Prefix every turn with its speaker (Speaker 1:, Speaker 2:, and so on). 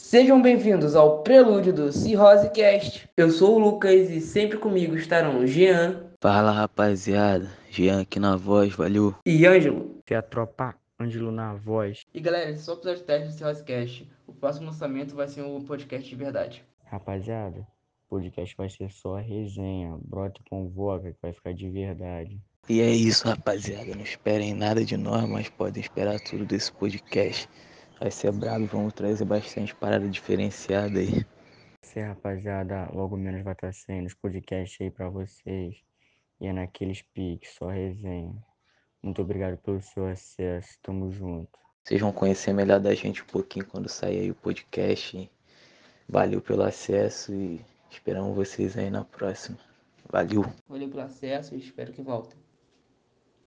Speaker 1: Sejam bem-vindos ao prelúdio do Cirrosecast. Eu sou o Lucas e sempre comigo estarão Jean
Speaker 2: Fala rapaziada, Jean aqui na voz, valeu.
Speaker 1: e Ângelo.
Speaker 3: Se é a tropa Ângelo na voz.
Speaker 1: E galera, esse é só o episódio teste do Cirrosecast. O próximo lançamento vai ser um podcast de verdade.
Speaker 3: Rapaziada, o podcast vai ser só resenha. Brota e convoca que vai ficar de verdade.
Speaker 2: E é isso rapaziada, não esperem nada de nós, mas podem esperar tudo desse podcast. Vai ser brabo, vamos trazer bastante parada diferenciada aí.
Speaker 3: Se rapaziada, logo menos vai estar sendo os podcasts aí pra vocês. E é naqueles piques, só resenha. Muito obrigado pelo seu acesso. Tamo junto.
Speaker 2: Vocês vão conhecer melhor da gente um pouquinho quando sair aí o podcast. Valeu pelo acesso e esperamos vocês aí na próxima. Valeu.
Speaker 1: Valeu pelo acesso e espero que voltem.